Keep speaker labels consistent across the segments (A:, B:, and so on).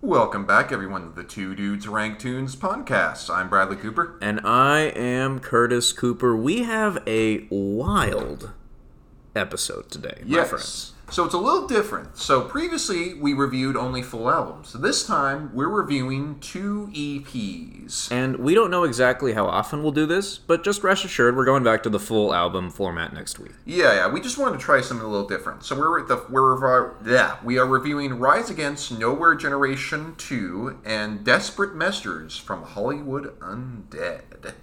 A: Welcome back, everyone, to the Two Dudes Rank Tunes podcast. I'm Bradley Cooper.
B: And I am Curtis Cooper. We have a wild episode today, my friends.
A: So it's a little different. So previously we reviewed only full albums. This time we're reviewing two E EPs.
B: And we don't know exactly how often we'll do this, but just rest assured we're going back to the full album format next week.
A: Yeah, yeah. We just wanted to try something a little different. So we're at the we're revi- yeah we are reviewing Rise Against Nowhere Generation Two and Desperate Measures from Hollywood Undead.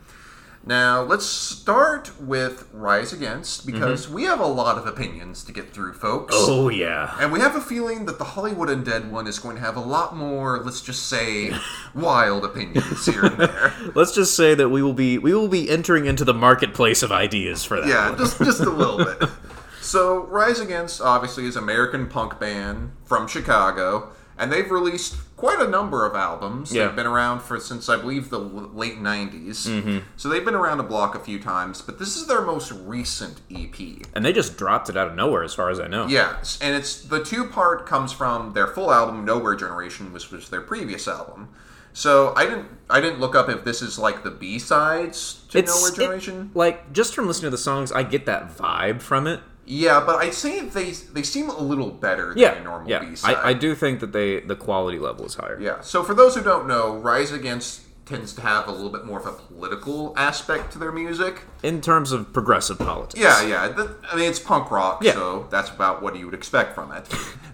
A: Now let's start with Rise Against because we have a lot of opinions to get through, folks.
B: Oh. yeah.
A: And we have a feeling that the Hollywood Undead one is going to have a lot more, let's just say, wild opinions here and there.
B: Let's just say that we will be we will be entering into the marketplace of ideas for that.
A: Yeah,
B: one.
A: just just a little bit. So, Rise Against obviously is an American punk band from Chicago, and they've released quite a number of albums.
B: Yeah.
A: They've been around for since I believe the l- late '90s.
B: Mm-hmm.
A: So they've been around the block a few times, but this is their most recent EP.
B: And they just dropped it out of nowhere as far as I know.
A: Yes, and it's the two part comes from their full album Nowhere Generation, which was their previous album. So I didn't I didn't look up if this is like the B sides to Nowhere
B: it-
A: Generation.
B: like just from listening to the songs, I get that vibe from it.
A: yeah, but I'd say they they seem a little better than
B: Yeah,
A: a normal
B: yeah.
A: B side.
B: I, I do think that they the quality level is higher.
A: Yeah. So for those who don't know, Rise Against tends to have a little bit more of a political aspect to their music.
B: in terms of progressive politics.
A: Yeah, yeah. th- I mean, it's punk rock,
B: Yeah.
A: so that's about what you would expect from it.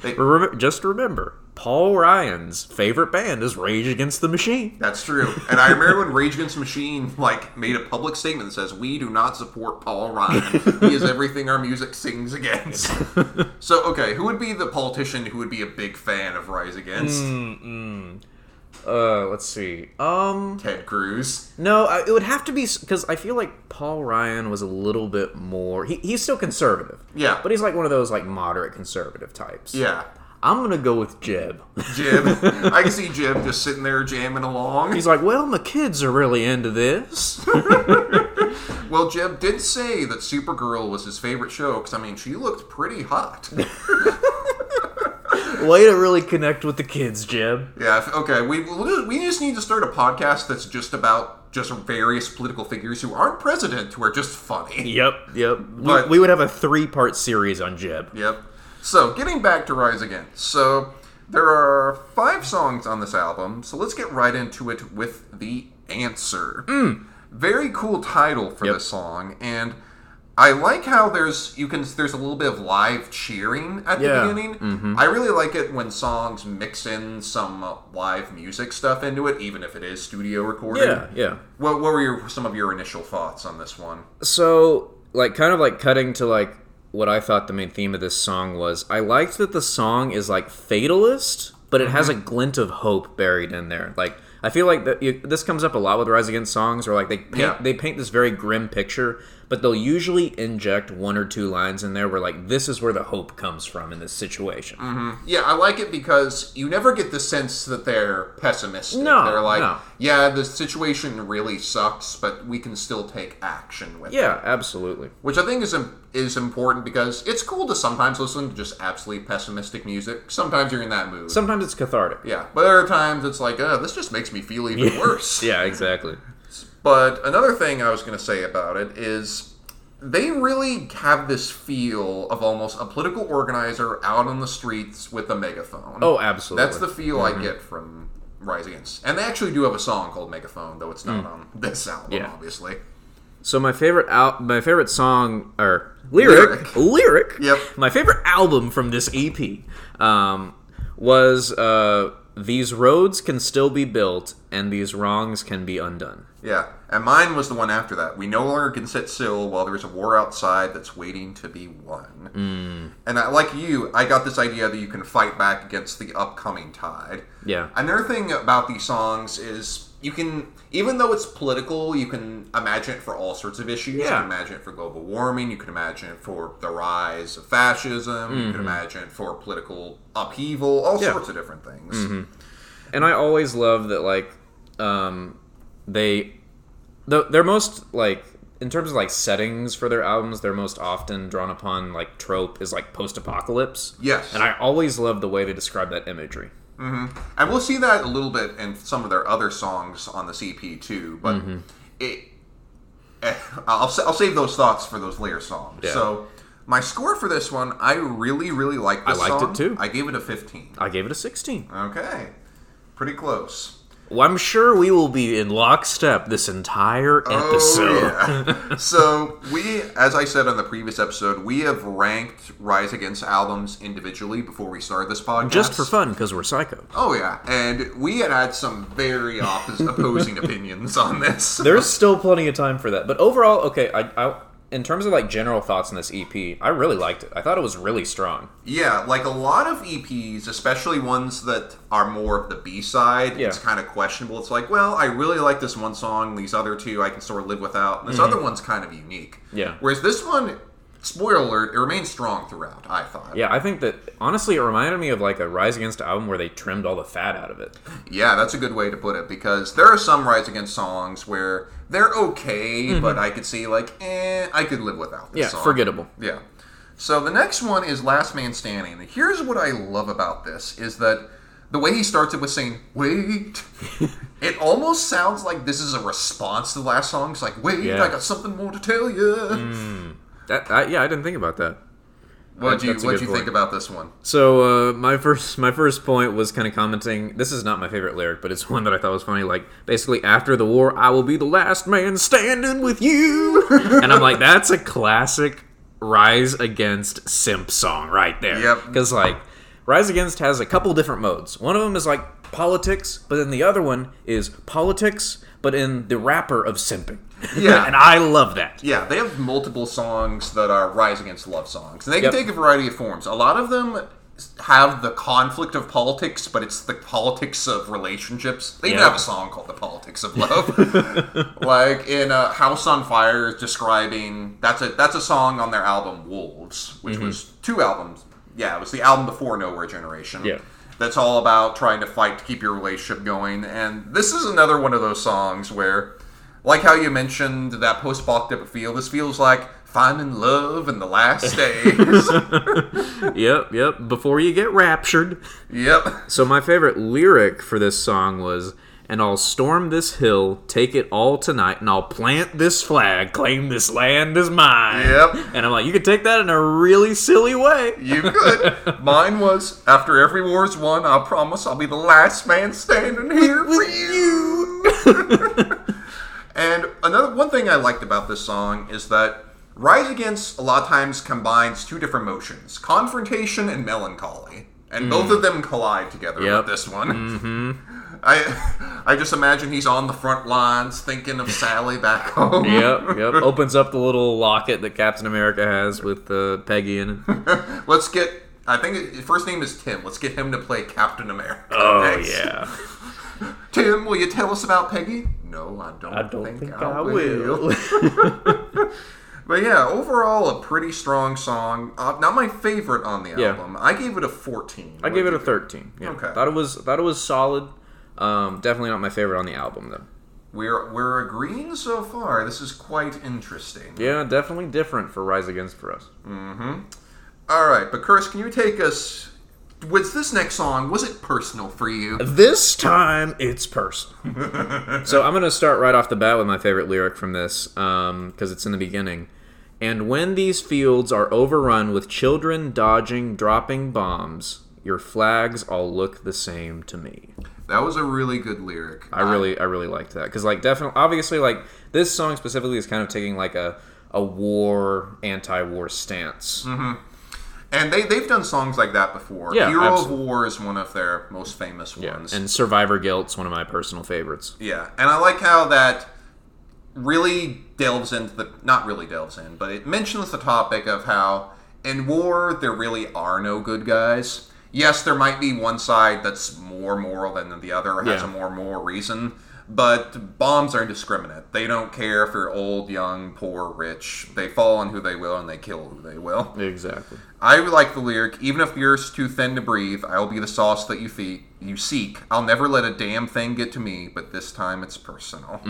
A: They,
B: Remem- just remember, Paul Ryan's favorite band is Rage Against the Machine.
A: That's true. And I remember when Rage Against the Machine like made a public statement that says, "We do not support Paul Ryan. He is everything our music sings against." so, okay, who would be the politician who would be a big fan of Rise Against?
B: Hmm. Uh, let's see. Um,
A: Ted Cruz.
B: no, I, it would have to be because I feel like Paul Ryan was a little bit more. He, he's still conservative.
A: Yeah.
B: but he's like one of those like moderate conservative types.
A: Yeah.
B: I'm gonna go with Jeb.
A: Jib. I can see Jib just sitting there jamming along.
B: he's like, well, my kids are really into this.
A: Well, Jib did say that Supergirl was his favorite show because, I mean, she looked pretty hot.
B: Way to really connect with the kids, Jeb.
A: Yeah. if- Okay. We we just need to start a podcast that's just about just various political figures who aren't president who are just funny.
B: Yep, yep. We-
A: But-
B: we would have a three-part series on Jeb.
A: Yep. So getting back to Rise Again. So there are five songs on this album. So let's get right into it with the answer.
B: Mm.
A: Very cool title for this song, and I like how there's you can there's a little bit of live cheering at
B: Yeah. Mm-hmm.
A: the beginning. I really like it when songs mix in some uh, live music stuff into it, even if it is studio recorded.
B: Yeah, yeah.
A: What, what were your, some of your initial thoughts on this one?
B: so like kind of like cutting to like what i thought the main theme of this song was i liked that the song is like fatalist but it
A: Mm-hmm.
B: has a glint of hope buried in there like i feel like that you, this comes up a lot with rise against songs where like they paint
A: Yeah.
B: they paint this very grim picture but they'll usually inject one or two lines in there where like this is where the hope comes from in this situation
A: Yeah, I like it because you never get the sense that they're pessimistic.
B: No,
A: they're like,
B: no.
A: yeah, the situation really sucks, but we can still take action with it.
B: yeah absolutely
A: Which I think is im- is important because it's cool to sometimes listen to just absolutely pessimistic music. Sometimes you're in that mood.
B: sometimes it's cathartic
A: yeah, but there are times it's like, uh, this just makes me feel even worse.
B: yeah exactly
A: Mm-hmm. But another thing I was going to say about it is they really have this feel of almost a political organizer out on the streets with a megaphone.
B: oh absolutely
A: That's
B: Mm-hmm.
A: the feel I get from Rise Against. And they actually do have a song called Megaphone, though it's not on this album,
B: Mm. Yeah.
A: obviously.
B: So my favorite out, my favorite song or lyric, lyric,
A: Yep.
B: My favorite album from this EP um, was uh, "These roads can still be built, and these wrongs can be undone."
A: Yeah. And mine was the one after that. We no longer can sit still while there's a war outside that's waiting to be won.
B: Mm.
A: And I, like you, I got this idea that you can fight back against the upcoming tide.
B: Yeah.
A: Another thing about these songs is you can, even though it's political, you can imagine it for all sorts of issues. You
B: Yeah.
A: can imagine it for global warming. You can imagine it for the rise of fascism. You can imagine it for political upheaval. All
B: Mm-hmm. Yeah. Mm-hmm.
A: sorts of different things.
B: and I always love that like um they the, their most like in terms of like settings for their albums they're most often drawn upon like trope is like post apocalypse
A: Yes.
B: and I always love the way they describe that imagery
A: hmm And we'll see that a little bit in some of their other songs on the CP too. But
B: Mm-hmm.
A: it, eh, I'll sa- I'll save those thoughts for those later songs.
B: Yeah.
A: So my score for this one, I really really like. This
B: liked it,
A: song.
B: too.
A: I gave it a fifteen.
B: I gave it a 16.
A: Okay, pretty close.
B: Well, I'm sure we will be in lockstep this entire episode.
A: Oh, yeah. so we, as I said on the previous episode, we have ranked Rise Against albums individually before we started this podcast,
B: Just for fun, because we're psycho.
A: Oh yeah, and we had had some very oppos- opposing opinions on this.
B: There's still plenty of time for that. But overall, okay, I, I in terms of like general thoughts on this EP, I really liked it. I thought it was really strong.
A: Yeah, like a lot of EPs, especially ones that are more of the B side,
B: Yeah.
A: it's kind of questionable. It's like, well, I really like this one song. These other two I can sort of live without. This other one's kind of unique.
B: Mm-hmm. Yeah.
A: Whereas this one, spoiler alert, it remains strong throughout. I thought.
B: Yeah, I think that honestly, it reminded me of like a Rise Against album where they trimmed all the fat out of it.
A: Yeah, that's a good way to put it because there are some Rise Against songs where they're okay, but I could see like, eh, I could live without this
B: Mm-hmm. Yeah,
A: song.
B: forgettable.
A: Yeah. So the next one is Last Man Standing. And Here's what I love about this is that the way he starts it with saying "wait," it almost sounds like this is a response to the last song. It's like "wait,
B: Yeah.
A: I got something more to tell you."
B: That, I, yeah, I didn't think about that.
A: What do you
B: That's a
A: What
B: good
A: do you think
B: point.
A: about this one?
B: So uh, my first my first point was kind of commenting. This is not my favorite lyric, but it's one that I thought was funny. Like basically, after the war, I will be the last man standing with you. and I'm like, that's a classic Rise Against simp song right there.
A: Yep.
B: Because like Rise Against has a couple different modes. One of them is like politics, but then the other one is politics, but in the wrapper of simping.
A: Yeah.
B: and I love that.
A: Yeah, they have multiple songs that are Rise Against Love songs. And they
B: Yep.
A: can take a variety of forms. A lot of them have the conflict of politics, but it's the politics of relationships. They even
B: Yeah.
A: have a song called The Politics of Love. like in uh, House on Fire is describing that's a that's a song on their album Wolves, which was two albums. Yeah, it was the album before Nowhere Generation.
B: Yeah.
A: That's all about trying to fight to keep your relationship going. And this is another one of those songs where like how you mentioned that post-apocalyptic feel, this feels like finding love in the last days.
B: yep, yep. Before you get raptured.
A: yep.
B: So my favorite lyric for this song was and I'll storm this hill, take it all tonight, and I'll plant this flag, claim this land is mine.
A: Yep.
B: And I'm like, you could take that in a really silly way.
A: You could. Mine was after every war is won, I promise I'll be the last man standing here for you. and another one thing I liked about this song is that Rise Against a lot of times combines two different motions, confrontation and melancholy. And both of them collide together
B: Mm. Yep. Mm-hmm.
A: with this one. I I just imagine he's on the front lines thinking of Sally back home.
B: Yep, yep. Opens up the little locket that Captain America has with uh, Peggy in it.
A: Let's get I think his first name is Tim. Let's get him to play Captain America.
B: Oh,
A: next.
B: yeah.
A: Tim, will you tell us about Peggy? No, I don't,
B: I don't
A: think,
B: think,
A: I,
B: I
A: will.
B: will.
A: But yeah, overall, a pretty strong song. Uh, not my favorite on the
B: Yeah.
A: album. I gave it a 14.
B: I gave it a 13. Yeah.
A: Okay.
B: Thought it was thought it was solid. Um, definitely not my favorite on the album though.
A: We're, we're agreeing so far. This is quite interesting.
B: Yeah, definitely different for Rise Against for us.
A: All right, but Curse, can you take us. Was this next song, was it personal for you?
B: This time it's personal. so I'm going to start right off the bat with my favorite lyric from this because it's in the beginning. And when these fields are overrun with children dodging, dropping bombs, your flags all look the same to me.
A: That was a really good lyric.
B: I really, I really liked that because, like, definitely, obviously, like this song specifically is kind of taking like a a war, anti-war stance.
A: And they, they've done songs like that before.
B: Yeah,
A: Hero
B: absolutely.
A: of War is one of their most famous ones.
B: And Survivor Guilt's one of my personal favorites.
A: Yeah, and I like how that really delves into the not really delves in, but it mentions the topic of how in war there really are no good guys. Yes, there might be one side that's more moral than the other, has
B: Yeah.
A: a more moral reason, but bombs are indiscriminate. They don't care if you're old, young, poor, rich. They fall on who they will and they kill who they will.
B: Exactly.
A: I like the lyric, even if you're too thin to breathe, I'll be the sauce that you feed, you seek. I'll never let a damn thing get to me, but this time it's personal.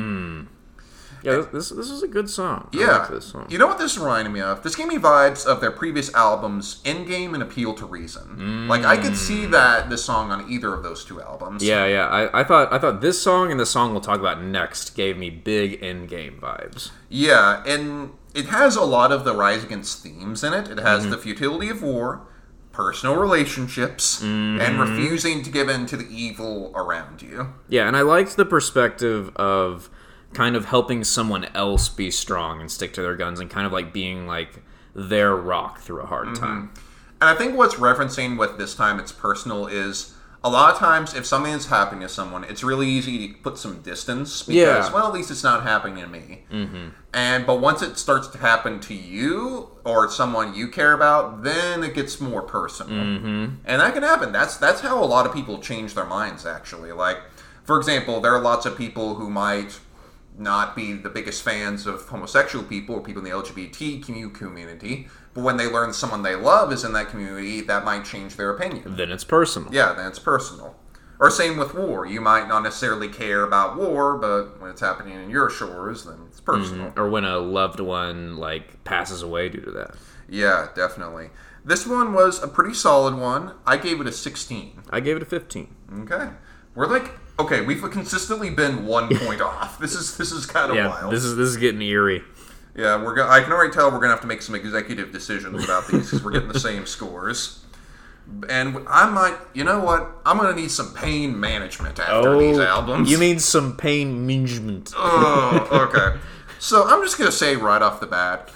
B: Yeah, this this is a good song. Mm, I
A: Yeah.
B: like this song.
A: You know what this reminded me of? This gave me vibes of their previous albums, Endgame and Appeal to Reason. Like I could see that this song on either of those two albums.
B: Mm. Yeah, yeah. I, I thought I thought this song and the song we'll talk about next gave me big end game vibes.
A: Yeah, and it has a lot of the Rise Against themes in it. It has
B: Mm-hmm.
A: the futility of war, personal relationships,
B: Mm-hmm.
A: and refusing to give in to the evil around you.
B: Yeah, and I liked the perspective of kind of helping someone else be strong and stick to their guns and kind of like being like their rock through a
A: Mm-hmm.
B: hard time.
A: And I think what's referencing with this time it's personal is a lot of times if something is happening to someone, it's really easy to put some distance because
B: Yeah.
A: well, at least it's not happening to me. Mm-hmm. And but once it starts to happen to you or someone you care about, then it gets more personal, mm-hmm. and that can happen. That's that's how a lot of people change their minds. Actually, like for example, there are lots of people who might not be the biggest fans of homosexual people or people in the LGBTQ community, but when they learn someone they love is in that community, that might change their opinion.
B: Then it's personal.
A: Yeah, then it's personal. Or same with war. You might not necessarily care about war, but when it's happening in your shores, then it's personal.
B: Or when a loved one like passes away due to that.
A: Yeah, definitely. This one was a pretty solid one. I gave it a 16.
B: I gave it a 15.
A: Okay. We're like okay, we've consistently been one point off. This is this is kind of
B: Yeah,
A: wild.
B: this is this is getting eerie.
A: Yeah, we're. Go- I can already tell we're gonna have to make some executive decisions about these because we're getting the same scores. And I might, you know what? I'm gonna need some pain management after these albums.
B: Oh, you mean some pain management?
A: Oh, okay. So I'm just gonna say right off the bat,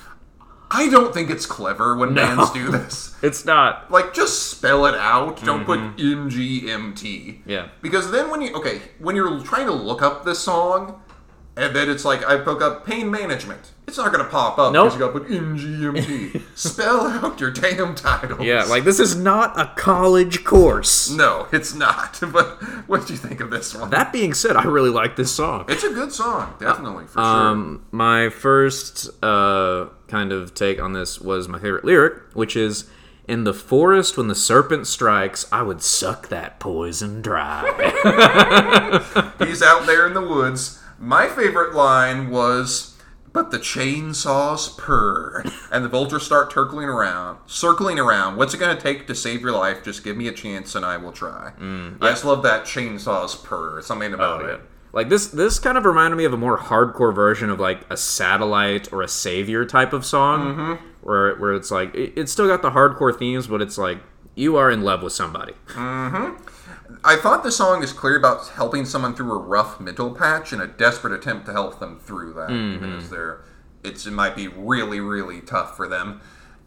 A: I don't think it's clever when bands do this.
B: It's not.
A: Like, just spell it out. Don't put
B: Mm-hmm.
A: MGMT.
B: Yeah.
A: Because then when you okay, when you're trying to look up this song, and then it's like I look up pain management. It's not gonna pop up
B: Nope.
A: because you gotta put MGMT. Spell out your damn title.
B: Yeah, like this is not a college course.
A: No, it's not. But what do you think of this one?
B: That being said, I really like this song.
A: it's a good song, definitely, for sure.
B: Um, my first uh, kind of take on this was my favorite lyric, which is In the forest when the serpent strikes, I would suck that poison dry.
A: He's out there in the woods. My favorite line was but the chainsaws purr and the vultures start turtling around circling around what's it going to take to save your life just give me a chance and i will try i just love that chainsaws purr something
B: Oh,
A: about it
B: like this this kind of reminded me of a more hardcore version of like a satellite or a savior type of song where where it's like it, it's still got the hardcore themes, but it's like you are in love with somebody.
A: i thought the song is clear about helping someone through a rough mental patch in a desperate attempt to help them through that
B: Mm-hmm.
A: even as they're it's, it might be really really tough for them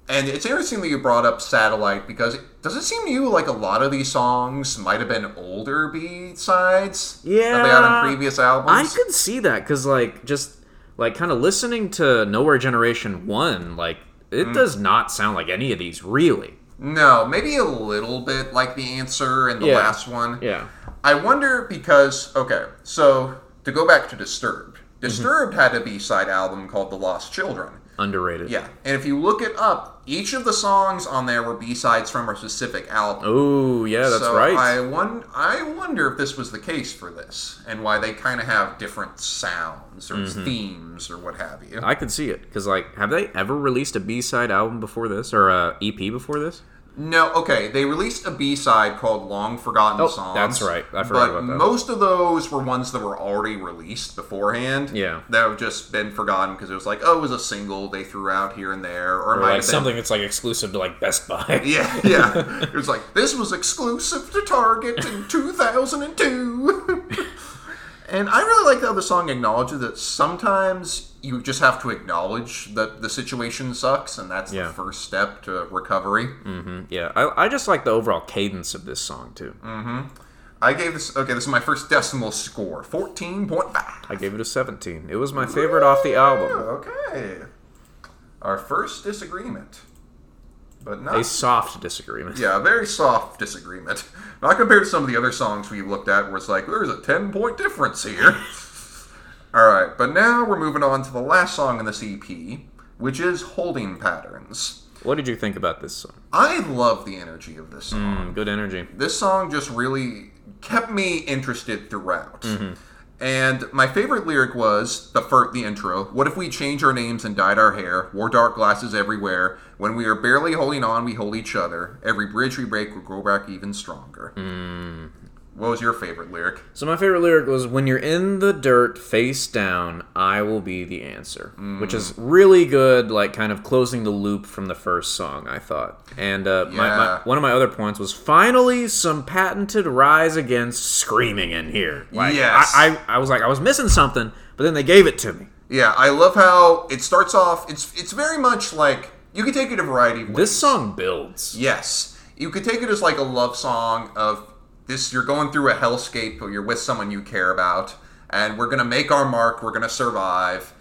A: and it's interesting that you brought up satellite because does it seem to you like a lot of these songs might have been older b-sides that they had
B: Yeah.
A: on previous albums
B: I could see that because, like, just like kind of listening to Nowhere Generation One, like it does not sound like any of these really.
A: No, maybe a little bit like the answer in the
B: Yeah.
A: last one.
B: Yeah,
A: I wonder because okay, so to go back to Disturbed.
B: Mm-hmm.
A: Disturbed had a B-side album called The Lost Children.
B: underrated.
A: Yeah, and if you look it up, each of the songs on there were B-sides from a specific album.
B: Oh yeah, that's
A: so
B: right.
A: I won- I wonder if this was the case for this and why they kind of have different sounds or
B: Mm-hmm.
A: themes or what have you.
B: I could see it because, like, have they ever released a B side album before this or a EP before this?
A: No, okay. They released a B side called "Long Forgotten Songs."
B: Oh, that's right. I
A: but
B: forgot about that.
A: most of those were ones that were already released beforehand.
B: Yeah.
A: that have just been forgotten because it was like, oh, it was a single they threw out here and there, or, it might have been.
B: that's like exclusive to like Best Buy.
A: Yeah, yeah. it was like this was exclusive to Target in 2002. and I really like how the song acknowledges that sometimes you just have to acknowledge that the situation sucks, and that's
B: Yeah.
A: the first step to recovery.
B: yeah. I, I just like the overall cadence of this song too.
A: I gave this okay. This is my first decimal score, fourteen point five.
B: I gave it a seventeen. It was my favorite off the album.
A: Okay, our first disagreement, but not
B: A soft disagreement.
A: yeah, a very soft disagreement. Not compared to some of the other songs we looked at, where it's like there's a ten point difference here. All right, but now we're moving on to the last song in this EP, which is "Holding Patterns."
B: What did you think about this song?
A: I love the energy of this song.
B: Mm, good energy.
A: this song just really kept me interested throughout. And my favorite lyric was the fir- the intro. What if we changed our names and dyed our hair? Wore dark glasses everywhere. When we are barely holding on, we hold each other. Every bridge we break will grow back even stronger. What was your favorite lyric?
B: So my favorite lyric was when you're in the dirt face down, I will be the answer, which
A: Mm.
B: is really good like kind of closing the loop from the first song, I thought. And uh, my, my,
A: Yeah.
B: one of my other points was finally some patented rise against screaming in here. Like
A: Yes.
B: I, I I was like I was missing something, but then they gave it to me.
A: Yeah, I love how it starts off. It's it's very much like you can take it a variety of ways.
B: This song builds.
A: Yes. You could take it as like a love song of this you're going through a hellscape or you're with someone you care about and we're going to make our mark, we're going to survive.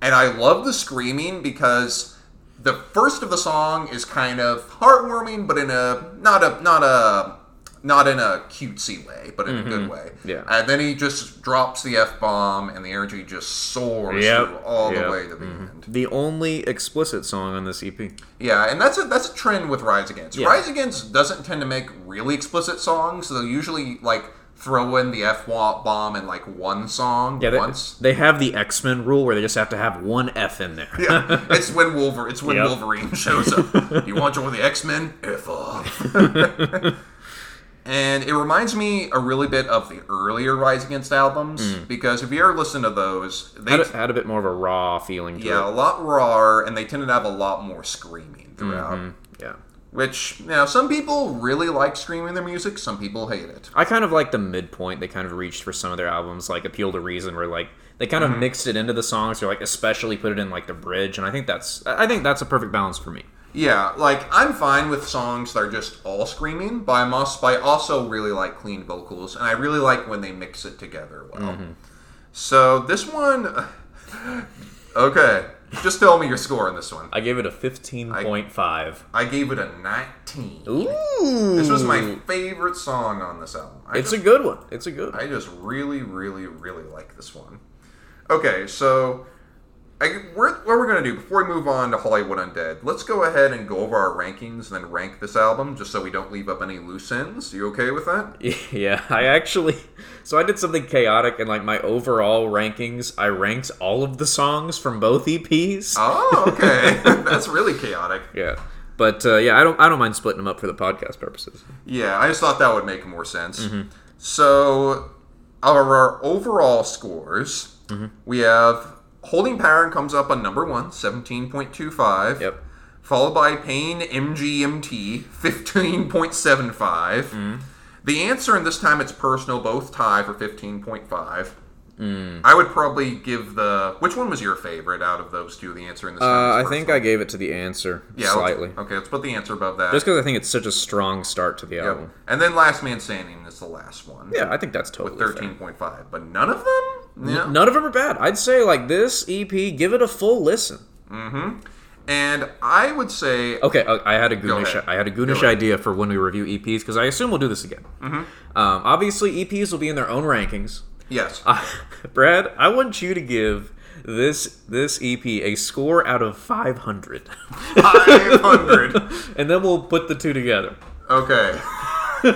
A: And I love the screaming because the first of the song is kind of heartwarming but in a not a not a not in a cutesy way, but in a good way.
B: Mm-hmm. Yeah.
A: And then he just drops the F bomb and the energy just soars
B: Yep.
A: through all
B: Yep. Mm-hmm.
A: the way to the end.
B: The only explicit song on this E EP.
A: Yeah, and that's a that's a trend with Rise Against.
B: Yeah.
A: Rise Against doesn't tend to make really explicit songs. They'll usually like throw in the f bomb in like one song
B: Yeah, they,
A: once.
B: they have the X Men rule where they just have to have one F in there.
A: yeah, it's when Wolverine. It's when
B: Yep.
A: Wolverine shows up. you want to join the X Men? F off. and it reminds me a really bit of the earlier Rise Against albums
B: Mm.
A: because if you ever listen to those, they
B: Had a, had a bit more of a raw feeling to
A: yeah a
B: it.
A: lot rawer and they tended to have a lot more screaming throughout.
B: Mm-hmm. Yeah.
A: Which, you know, some people really like screaming their music, some people hate it.
B: I kind of like the midpoint they kind of reached for some of their albums, like Appeal to Reason, where like they kind of mixed it into the songs, or like especially put it in like the bridge, and I think that's I I think that's a perfect balance for me.
A: Yeah, like, I'm fine with songs that are just all screaming, but I'm also, I also really like clean vocals, and I really like when they mix it together well. So, this one. Okay, just tell me your score on this one.
B: I gave it a fifteen point five.
A: I gave it a 19.
B: Ooh,
A: This was my favorite song on this album. I
B: It's a good one. It's a good. One.
A: I just really, really, really like this one. Okay, so I, we're, what we're going to do before we move on to Hollywood Undead, let's go ahead and go over our rankings and then rank this album just so we don't leave up any loose ends. You okay with that?
B: Yeah, I actually so I did something chaotic and like my overall rankings, I ranked all of the songs from both E EPs.
A: Oh, okay. That's really chaotic.
B: Yeah. But uh, yeah, I don't I don't mind splitting them up for the podcast purposes.
A: Yeah, I just thought that would make more sense.
B: Mm-hmm.
A: So, of our overall scores,
B: Mm-hmm.
A: we have Holding Pattern comes up on number one, 17.25.
B: Yep.
A: Followed by Pain MGMT, 15.75.
B: Mm-hmm.
A: The answer, and this time it's personal, both tie for 15.5.
B: Mm.
A: I would probably give the. Which one was your favorite out of those two? The answer in this.
B: Uh,
A: time
B: I think I gave it to the answer slightly.
A: okay, let's put the answer above that.
B: Just because I think it's such a strong start to the
A: Yep.
B: album.
A: And then Last Man Standing is the last one.
B: Yeah, I think that's totally fair.
A: Thirteen point five. But none of them? Yeah.
B: None of them are bad. I'd say like this EP, give it a full listen.
A: And I would say
B: Okay, uh, I, I had a goonish,
A: ahead.
B: I had a goonish
A: ahead.
B: idea for when we review EPs because I assume we'll do this again. Um,
A: Mm-hmm.
B: obviously, EPs will be in their own rankings. Uh,
A: yes.
B: Brad, I want you to give this this EP a score out of five hundred,
A: Five hundred.
B: and then we'll put the two together.
A: okay.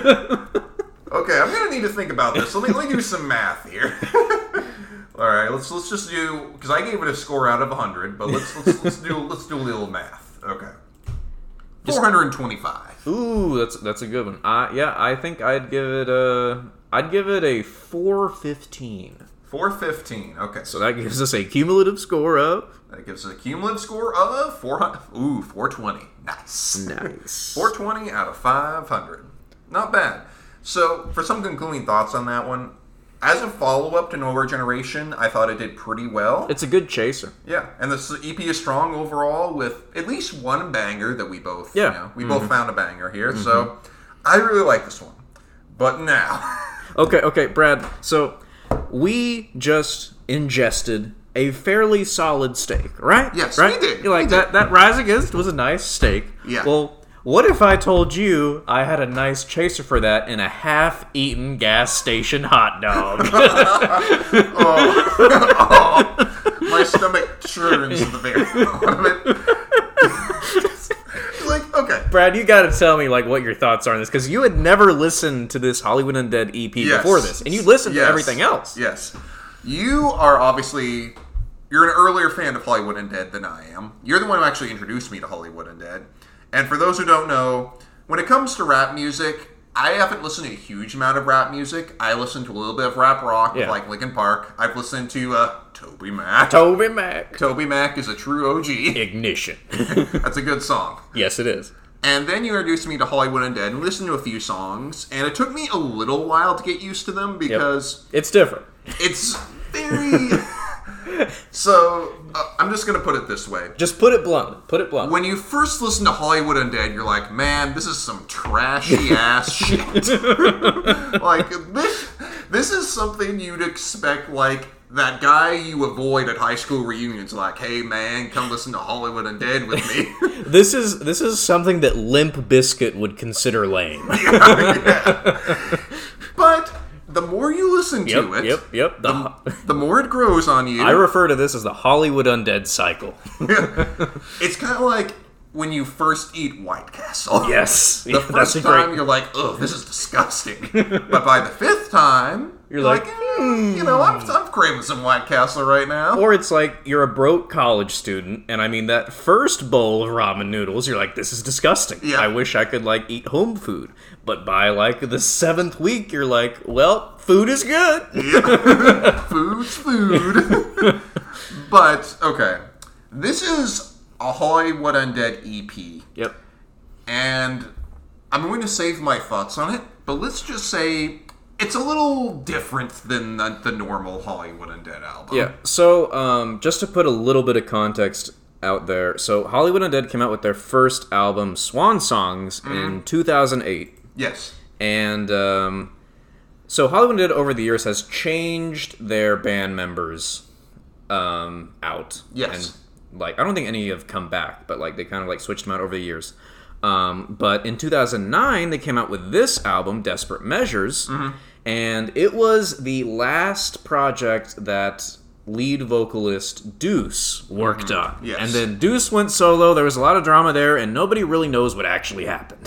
A: okay, I'm gonna need to think about this. Let me let me do some math here. All right, let's let's just do because I gave it a score out of hundred, but let's let's, let's do let's do a little math. Okay, four hundred and twenty-five.
B: Ooh, that's that's a good one. I yeah, I think I'd give it a I'd give it a four fifteen.
A: Four fifteen. Okay,
B: So that gives us a cumulative score of
A: that gives us a cumulative score of four hundred. Ooh, four twenty. Nice.
B: nice.
A: 420 out of 500. Not bad. So, for some concluding thoughts on that one, as a follow up to No Regeneration, I thought it did pretty well.
B: It's a good chaser.
A: yeah, and this EP is strong overall with at least one banger that we both,
B: Yeah.
A: you know, we both found a banger here. So, I really like this one. But now,
B: Okay, okay, Brad. So we just ingested a fairly solid steak, right?
A: Yes, we
B: right?
A: did,
B: You're Like
A: we
B: that that rise against was a nice steak.
A: Yeah.
B: Well, what if I told you I had a nice chaser for that in a half-eaten gas station hot dog?
A: my stomach churns at the very thought of it. It's like, okay.
B: Brad, you got to tell me like what your thoughts are on this because you had never listened to this Hollywood Undead EP
A: Yes.
B: before this, and you listened
A: Yes.
B: to everything else.
A: Yes. You are obviously you're an earlier fan of Hollywood Undead than I am. You're the one who actually introduced me to Hollywood Undead. And for those who don't know, when it comes to rap music, I haven't listened to a huge amount of rap music. I listened to a little bit of rap rock,
B: Yeah.
A: like Linkin Park. I've listened to uh, Toby Mac.
B: Toby Mac.
A: Toby Mac is a true OG.
B: Ignition.
A: That's a good song.
B: yes, it is.
A: And then you introduced me to Hollywood Undead and listened to a few songs, and it took me a little while to get used to them because
B: It's different.
A: it's very. so uh, I'm just gonna put it this way:
B: Just put it blunt. Put it blunt.
A: when you first listen to Hollywood Undead, you're like, man, this is some trashy ass shit. like this, this is something you'd expect. Like that guy you avoid at high school reunions, like, hey man, come listen to Hollywood Undead with me.
B: this is this is something that Limp Biscuit would consider lame.
A: But the more you listen to it,
B: yep, yep, yep. The,
A: the more it grows on you.
B: I refer to this as the Hollywood Undead cycle.
A: it's kind of like when you first eat White Castle.
B: Yes,
A: The first time you're like, "Ugh, this is disgusting," but by the fifth time, you're,
B: like,
A: like, "Mm, "You know, I'm, I'm craving some White Castle right now."
B: Or it's like you're a broke college student, and I mean that first bowl of ramen noodles, you're like, this is disgusting.
A: Yeah.
B: I wish I could like eat home food. But by like the seventh week, you're like, well, food is good.
A: food's food. but okay, this is a Hollywood Undead EP.
B: Yep.
A: and I'm going to save my thoughts on it, but let's just say it's a little different than the, the normal Hollywood Undead album.
B: Yeah. So, um, just to put a little bit of context out there, so Hollywood Undead came out with their first album, Swan Songs, in 2008,
A: Yes.
B: and um, so Hollywood Undead over the years has changed their band members um, out.
A: Yes.
B: And, like I don't think any have come back, but like they kind of like switched them out over the years. Um, but in 2009, they came out with this album, Desperate Measures,
A: Mm-hmm.
B: and it was the last project that lead vocalist Deuce worked on.
A: Mm-hmm. Yes.
B: And then Deuce went solo. There was a lot of drama there, and nobody really knows what actually happened.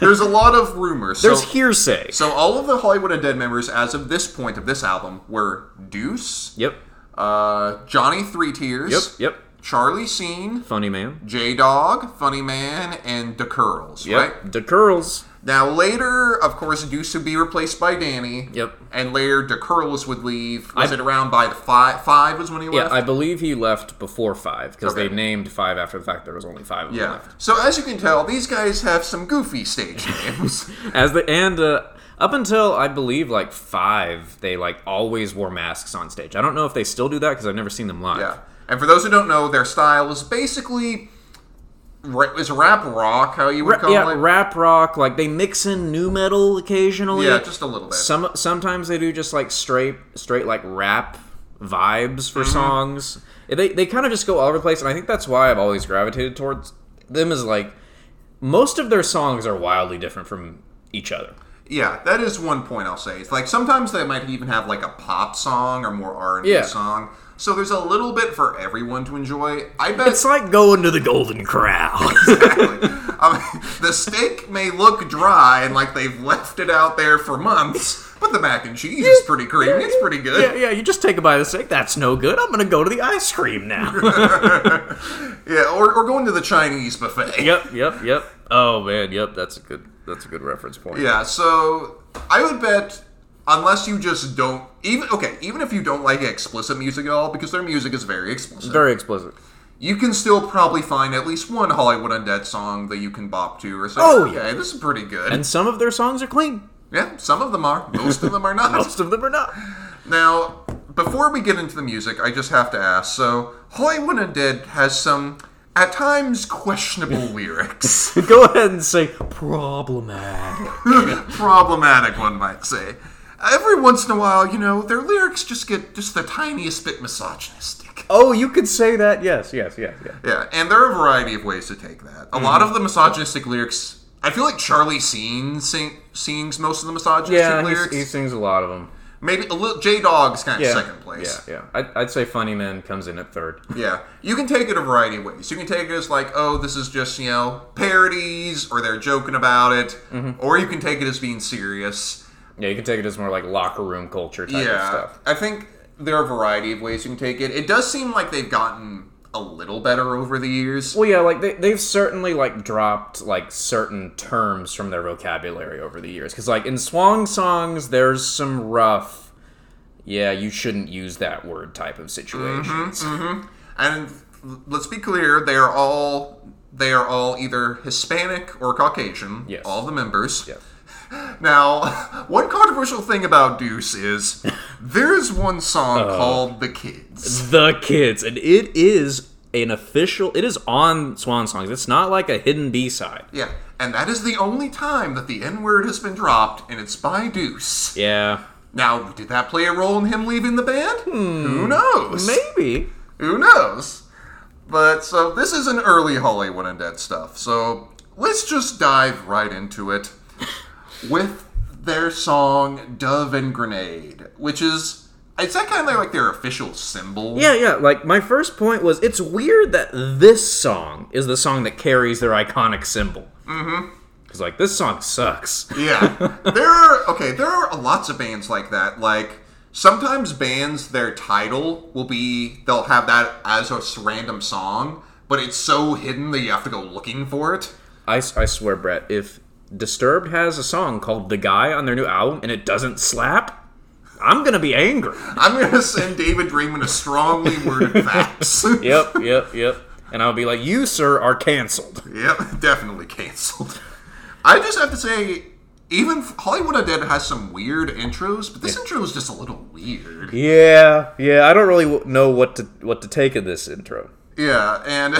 A: There's a lot of rumors. So,
B: There's hearsay.
A: so all of the Hollywood Undead members as of this point of this album were Deuce,
B: Yep.
A: uh, Johnny Three Tears,
B: Yep. Yep.
A: Charlie Scene,
B: Funny man.
A: J Dog, Funny Man, and De Curls, right?
B: Yep. The curls.
A: Now later, of course, Deuce would be replaced by Danny.
B: Yep.
A: And later, DeCurlis would leave. Was it around by the five? Five was when he
B: Yeah,
A: left.
B: I believe he left before five because
A: Okay.
B: they named five after the fact. There was only five of them
A: yeah.
B: left.
A: So as you can tell, these guys have some goofy stage names.
B: As the and uh, up until I believe like five, they like always wore masks on stage. I don't know if they still do that because I've never seen them live.
A: yeah. And for those who don't know, their style is basically ra- is rap rock, how you would call
B: yeah,
A: it.
B: rap rock. Like they mix in new metal occasionally.
A: yeah, just a little bit.
B: Some sometimes they do just like straight straight like rap vibes for
A: Mm-hmm.
B: songs. They they kind of just go all over the place, and I think that's why I've always gravitated towards them. Is like most of their songs are wildly different from each other.
A: yeah, that is one point I'll say. It's like sometimes they might even have like a pop song or more R and B
B: Yeah.
A: song. So there's a little bit for everyone to enjoy. I bet
B: It's like going to the Golden Corral.
A: Exactly. I mean, the steak may look dry and like they've left it out there for months, but the mac and cheese is pretty creamy. It's pretty
B: yeah,
A: good.
B: yeah. You just take a bite of the steak. That's no good. I'm gonna go to the ice cream now.
A: Yeah, or, or going to the Chinese buffet.
B: yep, yep, yep. Oh man, yep. That's a good. That's a good reference point.
A: Yeah, so I would bet unless you just don't even okay, even if you don't like explicit music at all, because their music is very explicit,
B: Very explicit.
A: you can still probably find at least one Hollywood Undead song that you can bop to or say,
B: Oh,
A: okay, this is pretty good.
B: And some of their songs are clean.
A: yeah, some of them are. Most of them are not.
B: Most of them are not.
A: Now, before we get into the music, I just have to ask. So, Hollywood Undead has some, at times, questionable lyrics.
B: Go ahead and say problematic.
A: Problematic, one might say. Every once in a while, you know, their lyrics just get just the tiniest bit misogynistic.
B: Oh, you could say that. Yes, yes, yes, yes.
A: Yeah, and there are a variety of ways to take that. A
B: Mm-hmm.
A: lot of the misogynistic lyrics, I feel like Charlie Scene sing, sings most of the misogynistic
B: Yeah, he's-
A: lyrics.
B: he sings a lot of them.
A: Maybe a little J Dog's kind of
B: Yeah,
A: second place.
B: Yeah, yeah. I'd, I'd say Funny Man comes in at third.
A: Yeah, you can take it a variety of ways. You can take it as like, oh, this is just you know parodies, or they're joking about it,
B: Mm-hmm.
A: or you can take it as being serious.
B: Yeah, you can take it as more like locker room culture type of
A: yeah,
B: stuff.
A: I think there are a variety of ways you can take it. It does seem like they've gotten a little better over the years.
B: Well, yeah, like they, they've certainly like dropped like certain terms from their vocabulary over the years. Because like in Swang songs, there's some rough, yeah, you shouldn't use that word type of
A: Mm-hmm.
B: situations.
A: And let's be clear, they are all they are all either Hispanic or Caucasian.
B: Yes.
A: All the members.
B: Yeah.
A: Now, one controversial thing about Deuce is there is one song
B: Uh.
A: called "The Kids."
B: The kids, and it is an official. It is on Swan songs. It's not like a hidden B side.
A: Yeah, and that is the only time that the N word has been dropped, and it's by Deuce.
B: Yeah,
A: Now, did that play a role in him leaving the band? Who knows?
B: Hmm. maybe.
A: Who knows? But so this is an early Hollywood and Dead stuff. So let's just dive right into it with their song "Dove and Grenade," which is is that kind of like their official symbol?
B: Yeah, yeah. Like my first point was, it's weird that this song is the song that carries their iconic symbol. Mm-hmm. Because like this song sucks.
A: Yeah. there are okay, there are lots of bands like that. Like sometimes bands their title will be they'll have that as a s- random song, but it's so hidden that you have to go looking for it.
B: I, s- I swear, Brett, if Disturbed has a song called "The Guy" on their new album and it doesn't slap, I'm gonna be angry.
A: I'm going to send David Draymond a strongly worded fax.
B: Yep, yep, yep. And I'll be like, "You, sir, are canceled."
A: Yep, definitely canceled. I just have to say even f- Hollywood Undead has some weird intros, but this intro is just a little weird.
B: Yeah, yeah. I don't really w- know what to what to take of this intro.
A: Yeah, and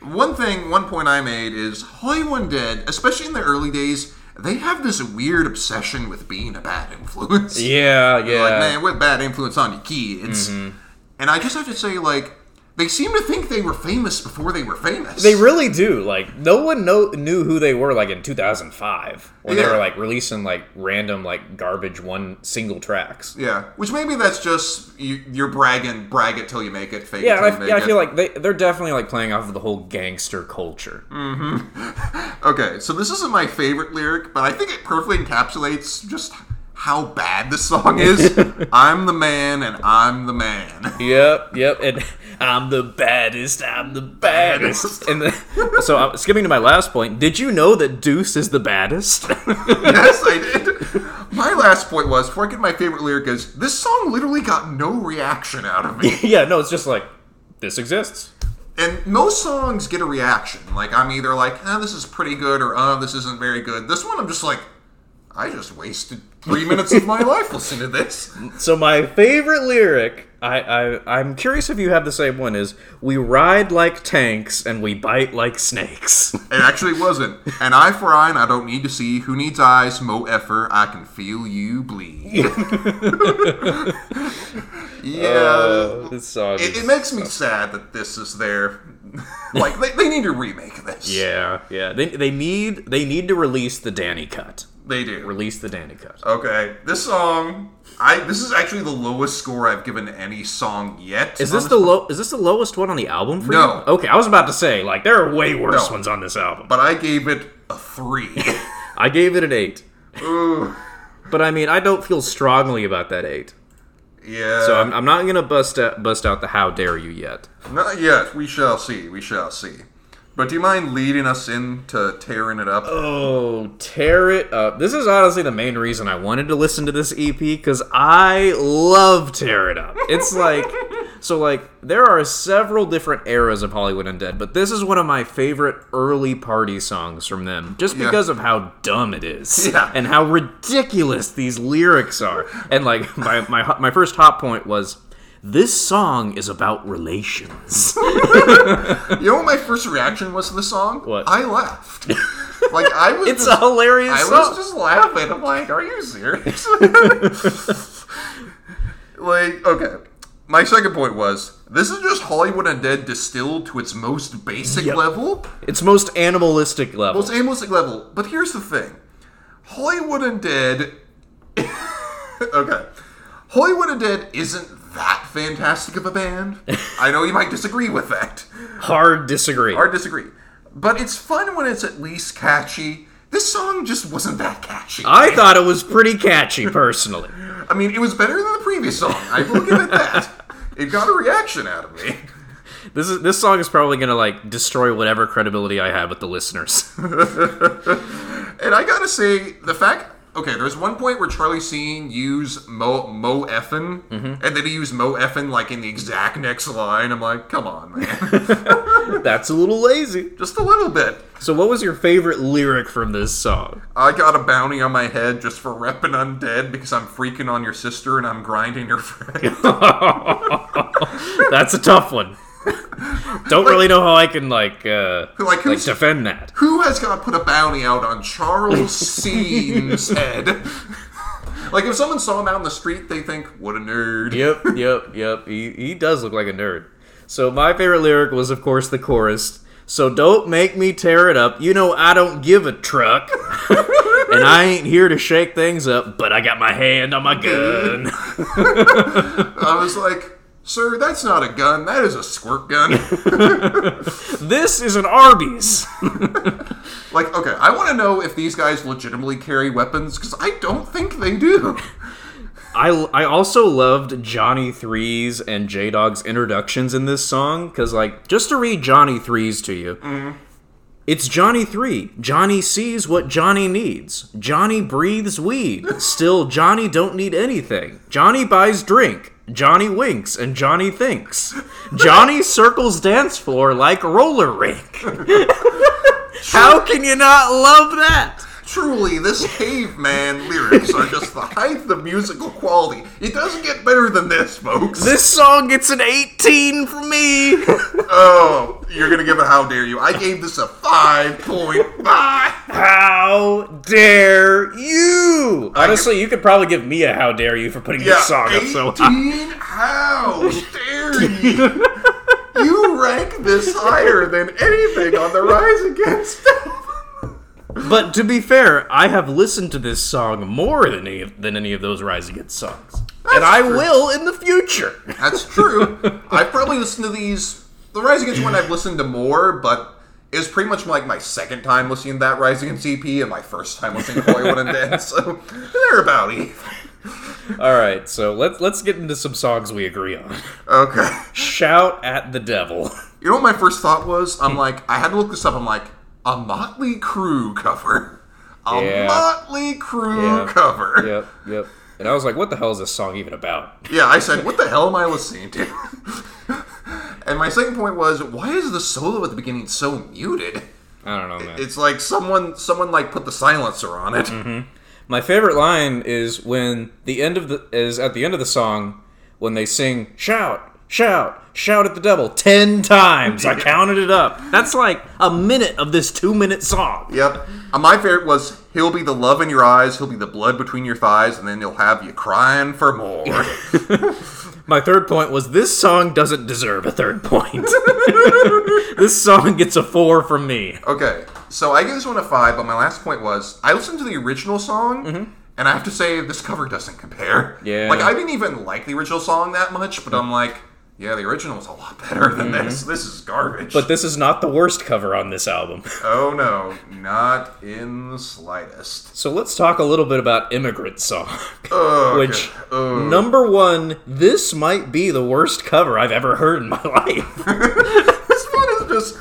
A: one thing, one point I made is Hollywood Dead, especially in the early days, they have this weird obsession with being a bad influence.
B: Yeah, yeah.
A: Like, man, we're a bad influence on your kids.
B: Mm-hmm.
A: And I just have to say, like, they seem to think they were famous before they were famous.
B: They really do. Like no one know, knew who they were like in 2005 when they
A: Yeah.
B: were like releasing like random like garbage one single tracks.
A: yeah, which maybe that's just you, you're bragging, brag it till you make it, fake it
B: Yeah,
A: till
B: and
A: you
B: I,
A: make
B: yeah, I
A: it.
B: feel like they they're definitely like playing off of the whole gangster culture.
A: Okay, so this isn't my favorite lyric, but I think it perfectly encapsulates just how bad this song is. I'm the man and I'm the man.
B: Yep, yep. And I'm the baddest. I'm the baddest. And the, so I'm skipping to my last point. Did you know that Deuce is the baddest?
A: yes, I did. My last point was before I get my favorite lyric is this song literally got no reaction out of me.
B: yeah. No, it's just like this exists.
A: And most songs get a reaction. Like I'm either like, "Ah, this is pretty good," or "Uh, this isn't very good." This one, I'm just like, I just wasted three minutes of my life listening to this.
B: So my favorite lyric, I, I I'm curious if you have the same one, is "We ride like tanks and we bite like snakes."
A: It actually wasn't. An eye for eye, and I don't need to see. Who needs eyes? Mo effer, I can feel you bleed. yeah.
B: this song.
A: Uh, it,
B: Is,
A: it makes me sad that this is their. like, they, they need to remake this.
B: yeah, yeah. They, they need they need to release the Danny cut.
A: They do.
B: Release the Danny cut.
A: Uh, Okay, this song. I this is actually the lowest score I've given any song yet.
B: Is this the low? Is this the lowest one on the album for you?
A: No.
B: Okay, I was about to say like there are way worse
A: No.
B: ones on this album.
A: But I gave it a three.
B: I gave it an eight,
A: Ooh,
B: but I mean I don't feel strongly about that eight.
A: yeah.
B: So I'm, I'm not gonna bust out, bust out the how dare you yet.
A: Not yet. We shall see. We shall see. But do you mind leading us into tearing it up?
B: Oh, tear it up. This is honestly the main reason I wanted to listen to this EP because I love Tear It Up. It's like, so like, there are several different eras of Hollywood Undead, but this is one of my favorite early party songs from them just
A: Yeah.
B: because of how dumb it is
A: Yeah.
B: and how ridiculous these lyrics are. And like, my, my, ho- my first hot point was. This song is about relations.
A: You know what my first reaction was to the song?
B: What?
A: I laughed. like I was
B: It's a
A: just,
B: hilarious
A: I
B: song.
A: was just laughing. I'm like, are you serious? like, okay. My second point was this is just Hollywood Undead distilled to its most basic level.
B: It's most animalistic level.
A: Most animalistic level. But here's the thing. Hollywood Undead Okay. Hollywood Undead isn't that fantastic of a band. I know you might disagree with that.
B: Hard disagree.
A: Hard disagree. But it's fun when it's at least catchy. This song just wasn't that catchy.
B: I thought it was pretty catchy, personally.
A: I mean, it was better than the previous song. I will give it that. It got a reaction out of me.
B: This is this song is probably gonna like destroy whatever credibility I have with the listeners.
A: And I gotta say, the fact. Okay, there's one point where Charlie Sheen used Mo Mo effin, and then he used Mo effin like in the exact next line. I'm like, come on, man,
B: That's a little lazy.
A: just a little bit.
B: So, what was your favorite lyric from this song?
A: I got a bounty on my head just for repping undead because I'm freaking on your sister and I'm grinding your friend.
B: That's a tough one. Don't really know how I can like uh,
A: Like,
B: like
A: who's-
B: defend that.
A: Who has got to put a bounty out on Charles Sheen's head? like if someone saw him out on the street, they think, what a nerd.
B: yep, yep, yep. He, he does look like a nerd. So my favorite lyric was, of course, the chorus. So don't make me tear it up. You know I don't give a truck, and I ain't here to shake things up. But I got my hand on my gun.
A: I was like, sir, that's not a gun. That is a squirt gun.
B: this is an Arby's.
A: like, okay, I want to know if these guys legitimately carry weapons because I don't think they do.
B: I, I also loved Johnny Threes and J Dog's introductions in this song because, like, just to read Johnny Threes to you, it's Johnny Three. Johnny sees what Johnny needs. Johnny breathes weed. Still, Johnny don't need anything. Johnny buys drink. Johnny winks and Johnny thinks. Johnny circles dance floor like roller rink. How can you not love that?
A: Truly, this caveman lyrics are just the height of musical quality. It doesn't get better than this, folks.
B: This song gets an 18 from me.
A: oh, you're gonna give a how dare you? I gave this a five point five.
B: How dare you? Honestly, you could probably give me a how dare you for putting
A: Yeah,
B: this song up so high.
A: eighteen. How dare you? You rank this higher than anything on the Rise Against Death.
B: But to be fair, I have listened to this song more than any of, than any of those Rise Against songs. and I
A: true.
B: will in the future.
A: That's true. I've probably listened to these. The Rise Against one I've listened to more, but it was pretty much like my second time listening to that Rise Against EP and my first time listening to Hollywood and Dead. So they're about even.
B: All right, so let's let's get into some songs we agree on.
A: Okay.
B: Shout at the devil.
A: You know what my first thought was? I'm like, I had to look this up. I'm like, a Motley Crue cover. A
B: Yeah.
A: Motley Crue
B: Yeah.
A: cover. Yeah.
B: yep, yep. And I was like, what the hell is this song even about?
A: I said, what the hell am I listening to? and my second point was, why is the solo at the beginning so muted?
B: I don't know, man.
A: It's like someone, someone like put the silencer on it.
B: Mm-hmm. My favorite line is when the end of the is at the end of the song when they sing shout shout shout at the devil 10 times. I counted it up. That's like a minute of this 2 minute song.
A: Yep. Uh, my favorite was, he'll be the love in your eyes, he'll be the blood between your thighs, and then he'll have you crying for more.
B: My third point was this song doesn't deserve a third point. this song gets a 4 from me.
A: Okay, so I gave this one a five, but my last point was I listened to the original song, and I have to say this cover doesn't compare.
B: Mm-hmm. Yeah.
A: like I didn't even like the original song that much, but I'm like, yeah, the original was a lot better than this. This is garbage.
B: Mm-hmm. But this is not the worst cover on this album.
A: oh no, not in the slightest.
B: So let's talk a little bit about Immigrant Song.
A: Oh,
B: Which,
A: okay. Oh.
B: number one, this might be the worst cover I've ever heard in my life.
A: this one is just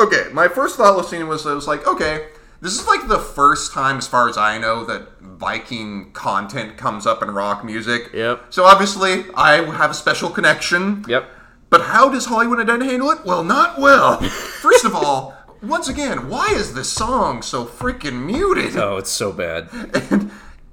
A: okay. My first thought listening was I was like, okay, this is like the first time, as far as I know, that Viking content comes up in rock music.
B: Yep.
A: So obviously, I have a special connection.
B: Yep.
A: But how does Hollywood and Dead handle it? Well, not well. First of all, once again, why is this song so freaking muted?
B: Oh, it's so bad.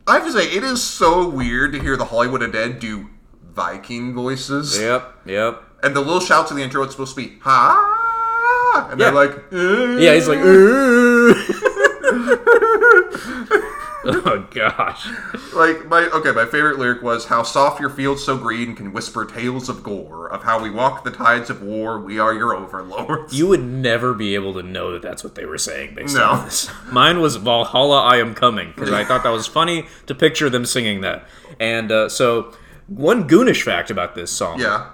A: I have to say, it is so weird to hear the Hollywood and Dead do Viking voices.
B: Yep, yep.
A: And the little shouts in the intro, it's supposed to be, ha! And
B: Yeah.
A: they're like, "Eh."
B: Yeah, he's like, "Ooh." oh gosh.
A: like my okay my favorite lyric was how soft your fields so green can whisper tales of gore of how we walk the tides of war we are your overlords
B: You would never be able to know that that's what they were saying based
A: No.
B: on this. Mine was Valhalla, I am coming because I thought that was funny to picture them singing that. And uh, so, one goonish fact about this song.
A: yeah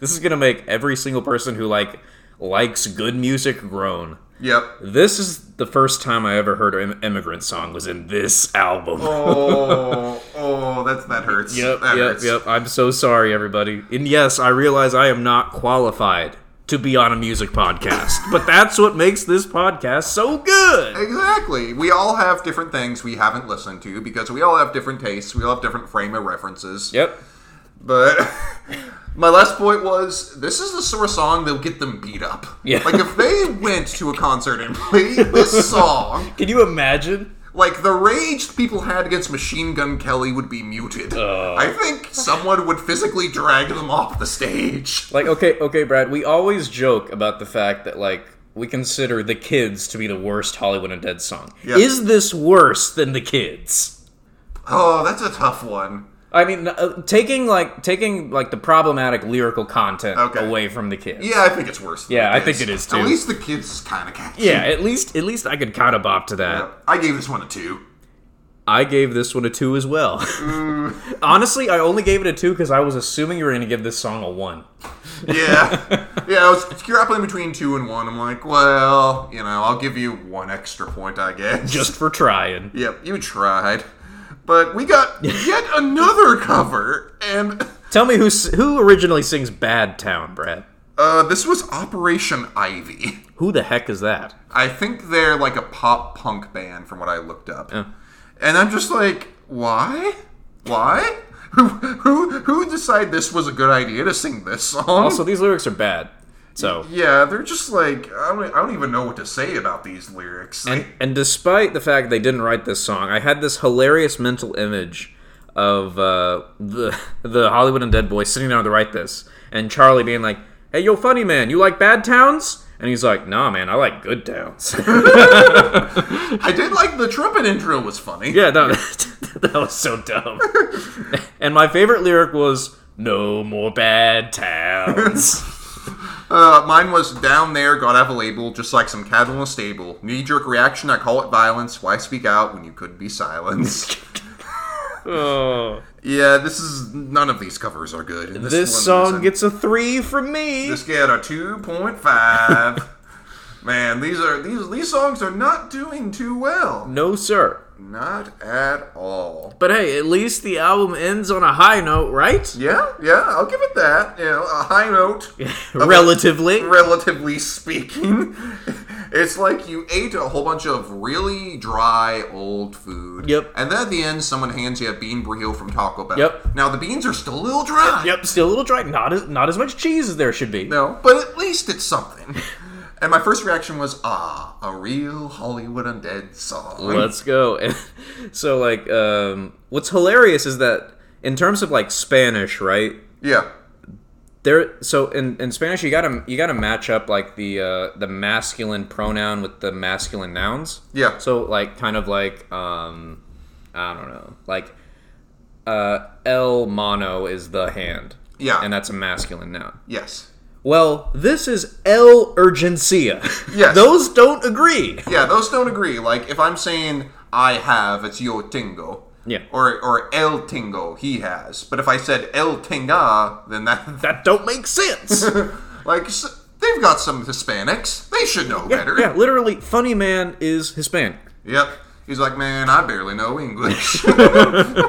B: This is gonna make every single person who like likes good music groan.
A: Yep.
B: This is the first time I ever heard an immigrant song was in this album.
A: Oh, oh, that's that hurts.
B: Yep,
A: that
B: yep,
A: hurts.
B: yep. I'm so sorry, everybody. And yes, I realize I am not qualified to be on a music podcast, but that's what makes this podcast so good.
A: Exactly. We all have different things we haven't listened to because we all have different tastes. We all have different frame of references.
B: Yep.
A: But my last point was this is the sort of song that'll get them beat up.
B: Yeah.
A: Like if they went to a concert and played this song,
B: Can you imagine?
A: like the rage people had against Machine Gun Kelly would be muted.
B: Oh.
A: I think someone would physically drag them off the stage.
B: Like, okay, okay, Brad, we always joke about the fact that, like, we consider The Kids to be the worst Hollywood and Dead song.
A: Yeah.
B: Is this worse than The Kids?
A: Oh, that's a tough one.
B: I mean, uh, taking like taking like the problematic lyrical content
A: Okay.
B: away from the kids.
A: Yeah, I think it's worse. than
B: Yeah,
A: the
B: I think
A: kids.
B: it is,
A: At
B: too.
A: least the kids kind of catchy.
B: Yeah, at least at least I could kind of bop to that.
A: Yeah. I gave this one a two.
B: I gave this one a two as well. Honestly, I only gave it a two because I was assuming you were going to give this song a one.
A: Yeah, yeah. I was grappling between two and one. I'm like, well, you know, I'll give you one extra point, I guess.
B: Just for trying.
A: Yep, you tried. But we got yet another cover, and
B: Tell me who s- who originally sings "Bad Town," Brad.
A: uh, this was Operation Ivy.
B: Who the heck is that?
A: I think they're like a pop punk band, from what I looked up.
B: Oh.
A: And I'm just like, why? Why? Who who who decided this was a good idea to sing this song?
B: Also, these lyrics are bad. So,
A: yeah, they're just like I don't, I don't even know what to say about these lyrics.
B: and, and despite the fact they didn't write this song, I had this hilarious mental image of uh, the the Hollywood and Dead boy sitting down to write this, and Charlie being like, "Hey, yo, funny man, you like bad towns?" And he's like, "Nah, man, I like good towns."
A: I did like the trumpet intro was funny.
B: Yeah, no, that was so dumb. and my favorite lyric was "No more bad towns."
A: Uh, mine was down there, gotta have a label, just like some cattle in a stable. Knee jerk reaction, I call it violence. Why speak out when you could be silenced?
B: oh,
A: yeah, this is none of these covers are good. and
B: this
A: one
B: song
A: isn't.
B: gets a three from me.
A: this get a two point five. Man, these are these these songs are not doing too well.
B: no, sir.
A: Not at all.
B: But hey, at least the album ends on a high note, right?
A: Yeah, yeah, I'll give it that. You know, a high note.
B: Relatively.
A: relatively speaking. It's like you ate a whole bunch of really dry old food.
B: Yep.
A: And then at the end, someone hands you a bean burrito from Taco Bell.
B: Yep.
A: Now the beans are still a little dry.
B: Yep, still a little dry. Not as not as much cheese as there should be.
A: No, but at least it's something. and my first reaction was, ah, a real Hollywood undead song.
B: Let's go. And so like, um, what's hilarious is that in terms of like Spanish, right?
A: yeah.
B: there so in, in spanish you gotta you gotta match up like the uh, the masculine pronoun with the masculine nouns
A: Yeah.
B: so like kind of like um i don't know like uh el mano is the hand
A: Yeah.
B: and that's a masculine noun
A: yes.
B: well this is el urgencia
A: Yes.
B: those don't agree
A: Yeah, those don't agree. Like, if I'm saying I have, it's yo tingo.
B: Yeah.
A: Or, or el tingo, he has. But if I said el tinga, then that,
B: that don't make sense
A: Like, s they've got some Hispanics. They should know better.
B: yeah literally funny man is hispanic
A: Yep. He's like, man, I barely know English.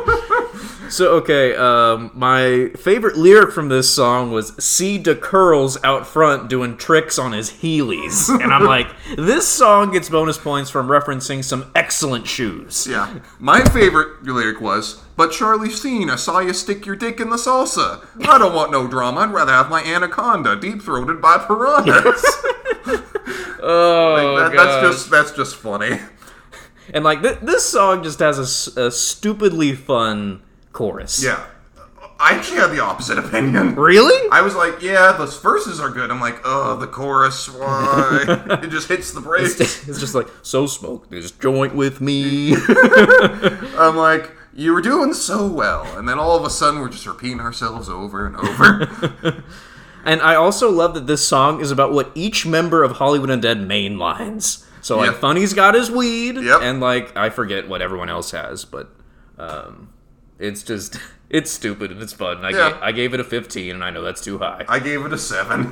B: So okay, um, my favorite lyric from this song was "See de curls out front doing tricks on his heelys," and I'm like, this song gets bonus points from referencing some excellent shoes.
A: yeah. My favorite lyric was, but Charlie Sheen, I saw you stick your dick in the salsa. I don't want no drama. I'd rather have my anaconda deep throated by piranhas.
B: Oh,
A: That- that's just that's just funny.
B: and like th- this song just has a s- a, stupidly fun chorus.
A: Yeah. I actually had the opposite opinion.
B: really?
A: I was like, yeah, those verses are good. I'm like, oh, the chorus, why? it just hits the brakes.
B: it's just like so smoke this joint with me.
A: I'm like, you were doing so well, and then all of a sudden we're just repeating ourselves over and over.
B: And I also love that this song is about what each member of Hollywood Undead main lines. So like
A: Yeah.
B: Funny's got his weed,
A: Yep.
B: and like I forget what everyone else has, but um, it's just it's stupid and it's fun. And I
A: Yeah.
B: ga- I gave it a fifteen, and I know that's too high.
A: I gave it a seven.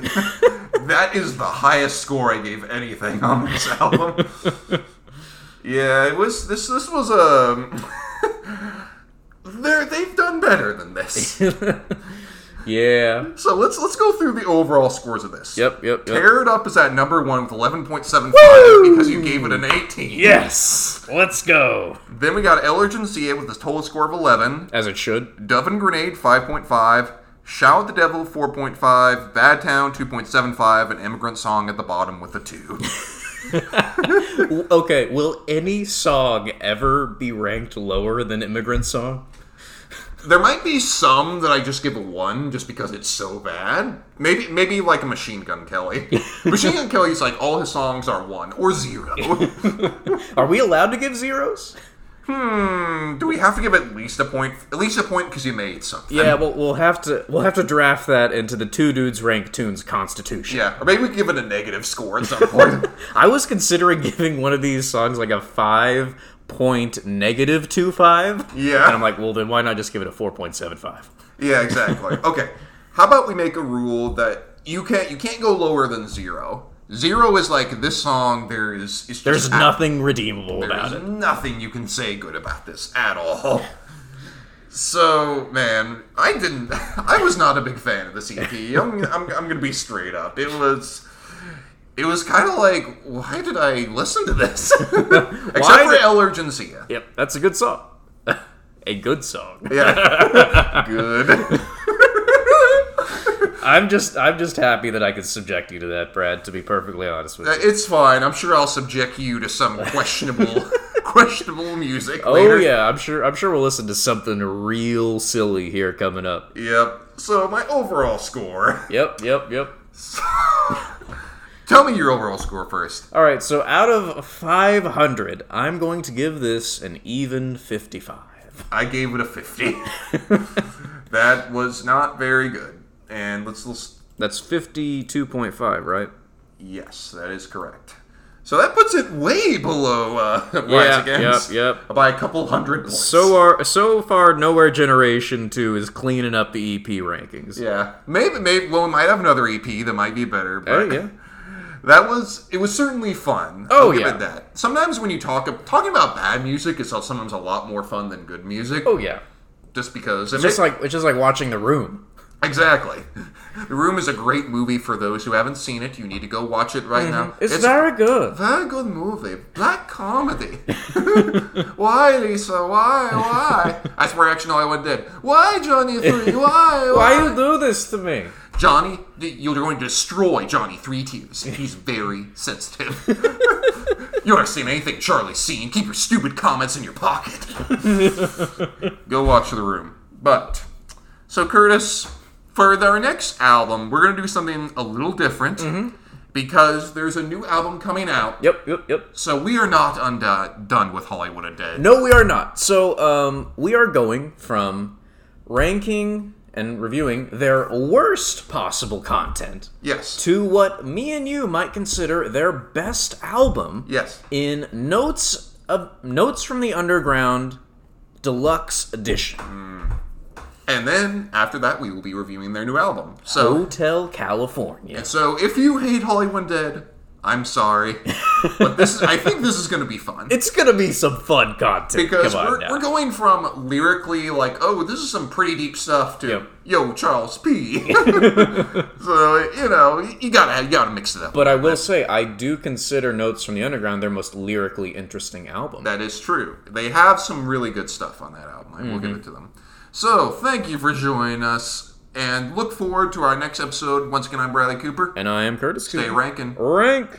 A: that is the highest score I gave anything on this album. yeah, it was this. This was um, they they've done better than this.
B: yeah.
A: So let's let's go through the overall scores of this.
B: Yep, yep, yep.
A: Tear It Up is at number one with 11.75 because you gave it an 18.
B: Yes! Let's go!
A: Then we got Allergen CA with a total score of 11.
B: As it should.
A: Dove and Grenade 5.5, Shout at the Devil 4.5, Bad Town 2.75, and Immigrant Song at the bottom with a 2.
B: okay, will any song ever be ranked lower than Immigrant Song?
A: there might be some that I just give a 1 just because it's so bad. Maybe maybe like a Machine Gun Kelly. Machine Gun Kelly's like all his songs are 1 or 0.
B: Are we allowed to give zeros?
A: hmm, do we have to give at least a point at least a point cuz you made something?
B: Yeah, well, we'll have to we'll have to draft that into the two dudes rank tunes constitution.
A: Yeah, or maybe we can give it a negative score at some point.
B: I was considering giving one of these songs like a five point negative two five.
A: Yeah.
B: And I'm like, well, then why not just give it a four point seven five?
A: Yeah, exactly. okay. How about we make a rule that you can't you can't go lower than zero. Zero is like this song. There is it's just
B: There's
A: a-
B: nothing redeemable about
A: There's
B: it.
A: nothing you can say good about this at all. So man, I didn't. I was not a big fan of this EP. I'm, I'm, I'm gonna be straight up. It was, it was kind of like, why did I listen to this? Except for
B: did-
A: Allergencia.
B: Yep, that's a good song. a good song.
A: Yeah, good.
B: I'm just I'm just happy that I could subject you to that, Brad. To be perfectly honest with you.
A: Uh, It's fine. I'm sure I'll subject you to some questionable, questionable music.
B: Oh
A: later.
B: yeah, I'm sure I'm sure we'll listen to something real silly here coming up.
A: Yep. So my overall score.
B: Yep, yep, yep.
A: Tell me your overall score first.
B: All right, so out of 500, I'm going to give this an even 55.
A: I gave it a fifty. that was not very good. And let's, let's.
B: That's 52.5, right?
A: Yes, that is correct. So that puts it way below uh, Rise
B: Yeah,
A: Against
B: yep,
A: by a couple hundred points.
B: So uh, are so far nowhere generation 2 is cleaning up the EP rankings.
A: yeah, maybe maybe well, we might have another EP that might be better. But
B: Oh yeah.
A: That was it was certainly fun.
B: Oh,
A: I'll give
B: yeah.
A: it that. Sometimes when you talk talking about bad music is sometimes a lot more fun than good music.
B: Oh yeah.
A: just because it
B: Just
A: ma-
B: like it's just like watching The Room.
A: exactly. The Room is a great movie for those who haven't seen it. You need to go watch it right now.
B: Mm-hmm. It's, very good.
A: very good movie. Black comedy. why, Lisa? Why? Why? That's where Action Hollywood did. Why, Johnny Three? Why?
B: Why you do this to me?
A: Johnny, th- you're going to destroy Johnny Three Tears. He's very sensitive. you aren't seeing anything Charlie's seen. Keep your stupid comments in your pocket. Go watch The Room. But, so Curtis, for our next album, we're going to do something a little different because there's a new album coming out.
B: Yep, yep, yep.
A: So we are not undone, done with Hollywood and Dead.
B: No, we are not. So, um, we are going from ranking and reviewing their worst possible content
A: Yes.
B: to what me and you might consider their best album.
A: Yes.
B: In notes of notes from the underground deluxe edition,
A: And then after that, we will be reviewing their new album. So
B: Hotel California.
A: So if you hate Hollywood Dead, I'm sorry, but this is, I think this is going to be fun
B: It's gonna be some fun content.
A: because
B: Come on
A: we're,
B: now.
A: we're going from lyrically like oh this is some pretty deep stuff to
B: Yep.
A: yo Charles P. so you know you gotta you gotta mix it up.
B: but I will say, I do consider Notes from the Underground their most lyrically interesting album.
A: that is true. They have some really good stuff on that album. I will
B: Mm-hmm.
A: give it to them. So thank you for joining us and look forward to our next episode. Once again, I'm Bradley Cooper.
B: and I am Curtis
A: Stay
B: Cooper.
A: ranking.
B: Rank.